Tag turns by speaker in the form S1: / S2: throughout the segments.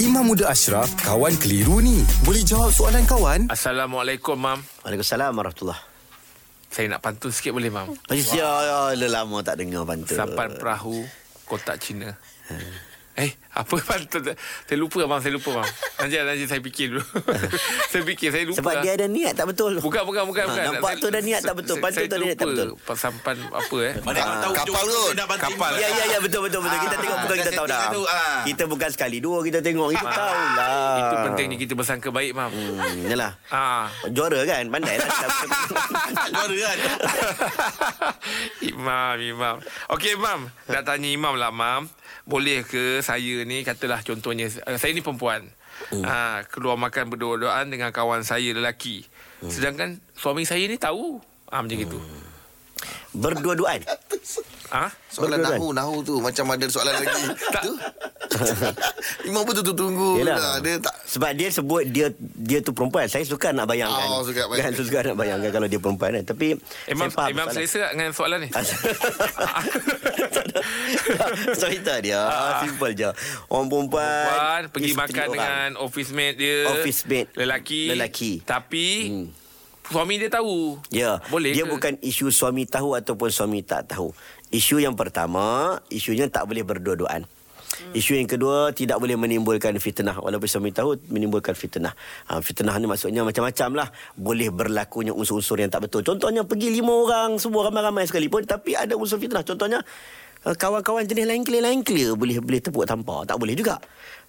S1: Imam Muda Ashraf, kawan keliru ni. Boleh jawab soalan kawan?
S2: Assalamualaikum, Mam.
S3: Waalaikumsalam warahmatullah.
S2: Saya nak pantun sikit boleh, Mam?
S3: Macam wow. ya, dah lama tak dengar pantun.
S2: Sampan perahu kotak Cina.
S3: Hmm.
S2: Eh, apa pantun? Saya lupa, Mam. Saya lupa, Mam. Nanti, nanti saya fikir dulu. saya fikir, saya lupa.
S3: Sebab dia ada niat tak betul.
S2: Bukan, bukan, bukan.
S3: Ha,
S2: bukan.
S3: nampak
S2: Saya-
S3: tu dah niat tak betul.
S2: saya-
S3: Pantun
S2: saya
S3: tu dah niat tak
S2: terlupa
S3: betul.
S2: pas- Sampan apa eh?
S4: Mana kau tahu
S5: kapal
S4: Jom,
S5: kot.
S4: nak banting
S2: Kapal.
S4: kau.
S3: Ya, ya, ya. Betul, betul, betul. Kita
S4: Ah,
S3: tengok betul,
S4: dah
S3: kita tahu dah.
S4: setting dah tu, ah.
S3: Kita bukan sekali dua kita tengok. Kita tahu lah.
S2: Itu pentingnya kita bersangka baik, Mam.
S3: Hmm, Yalah.
S2: Ah.
S3: Juara kan? Pandai lah.
S4: Juara kan
S2: Imam, Imam. Okey, Imam. Nak tanya Imam lah, Mam. Boleh ke saya ni, katalah contohnya, eh, saya ni perempuan.
S3: Oh.
S2: Hmm. Ha, keluar makan berdua-duaan dengan kawan saya lelaki.
S3: Oh.
S2: Hmm. Sedangkan suami saya ni tahu. Ha, macam hmm. gitu.
S3: Berdua-duaan.
S2: Ha?
S3: Betul
S5: Soalan
S3: kan?
S5: nahu Nahu tu Macam ada soalan lagi
S2: Tak.
S5: Tu Imam pun tu tunggu
S3: Yelah.
S5: lah. Dia tak
S3: Sebab dia sebut dia dia tu perempuan. Saya suka nak bayangkan.
S5: Oh, suka bayangkan.
S3: Kan, suka nak bayangkan kalau dia perempuan kan. Tapi
S2: Imam,
S3: saya faham
S2: Imam
S3: soalan.
S2: selesa tak dengan soalan ni?
S3: Cerita dia Simple je Orang perempuan
S2: Puan Ah, pergi
S3: isteri
S2: makan
S3: orang.
S2: dengan office mate dia.
S3: Office mate.
S2: Lelaki.
S3: Lelaki. Hmm.
S2: Tapi suami dia tahu.
S3: Ya,
S2: Boleh
S3: dia
S2: ke?
S3: bukan isu suami tahu ataupun suami tak tahu. Isu yang pertama, isunya tak boleh berdua-duaan.
S2: Hmm.
S3: Isu yang kedua tidak boleh menimbulkan fitnah walaupun suami tahu menimbulkan fitnah. Ha, fitnah ni maksudnya macam-macam lah. Boleh berlakunya unsur-unsur yang tak betul. Contohnya pergi lima orang semua ramai-ramai sekalipun tapi ada unsur fitnah. Contohnya eh, kawan-kawan jenis lain clear lain clear boleh boleh tepuk tampar tak boleh juga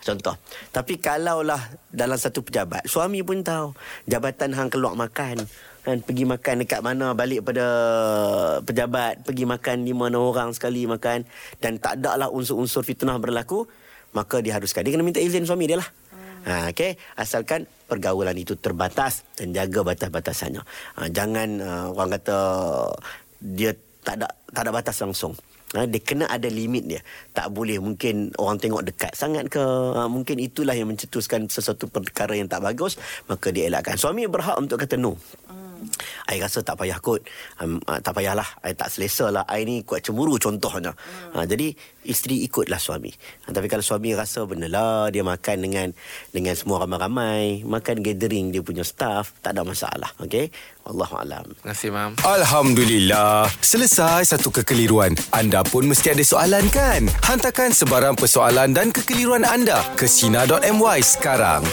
S3: contoh tapi kalaulah dalam satu pejabat suami pun tahu jabatan hang keluar makan kan pergi makan dekat mana balik pada pejabat pergi makan di mana orang sekali makan dan tak ada lah unsur-unsur fitnah berlaku maka diharuskan dia kena minta izin suami dia lah Ha, okay. Asalkan pergaulan itu terbatas dan jaga batas-batasannya. Ha, jangan uh, orang kata dia tak ada tak ada batas langsung. Ha, dia kena ada limit dia. Tak boleh mungkin orang tengok dekat sangat ke. Ha, mungkin itulah yang mencetuskan sesuatu perkara yang tak bagus. Maka dia elakkan. Suami berhak untuk kata no. I rasa tak payah kot um, uh, Tak payahlah I tak selesa lah I ni kuat cemburu contohnya hmm. uh, Jadi Isteri ikutlah suami uh, Tapi kalau suami rasa Benda lah Dia makan dengan Dengan semua ramai-ramai Makan gathering Dia punya staff Tak ada masalah Okay Wallahualam
S2: Terima kasih, Mam.
S1: Alhamdulillah. Selesai satu kekeliruan. Anda pun mesti ada soalan kan? Hantarkan sebarang persoalan dan kekeliruan anda ke Sina.my sekarang.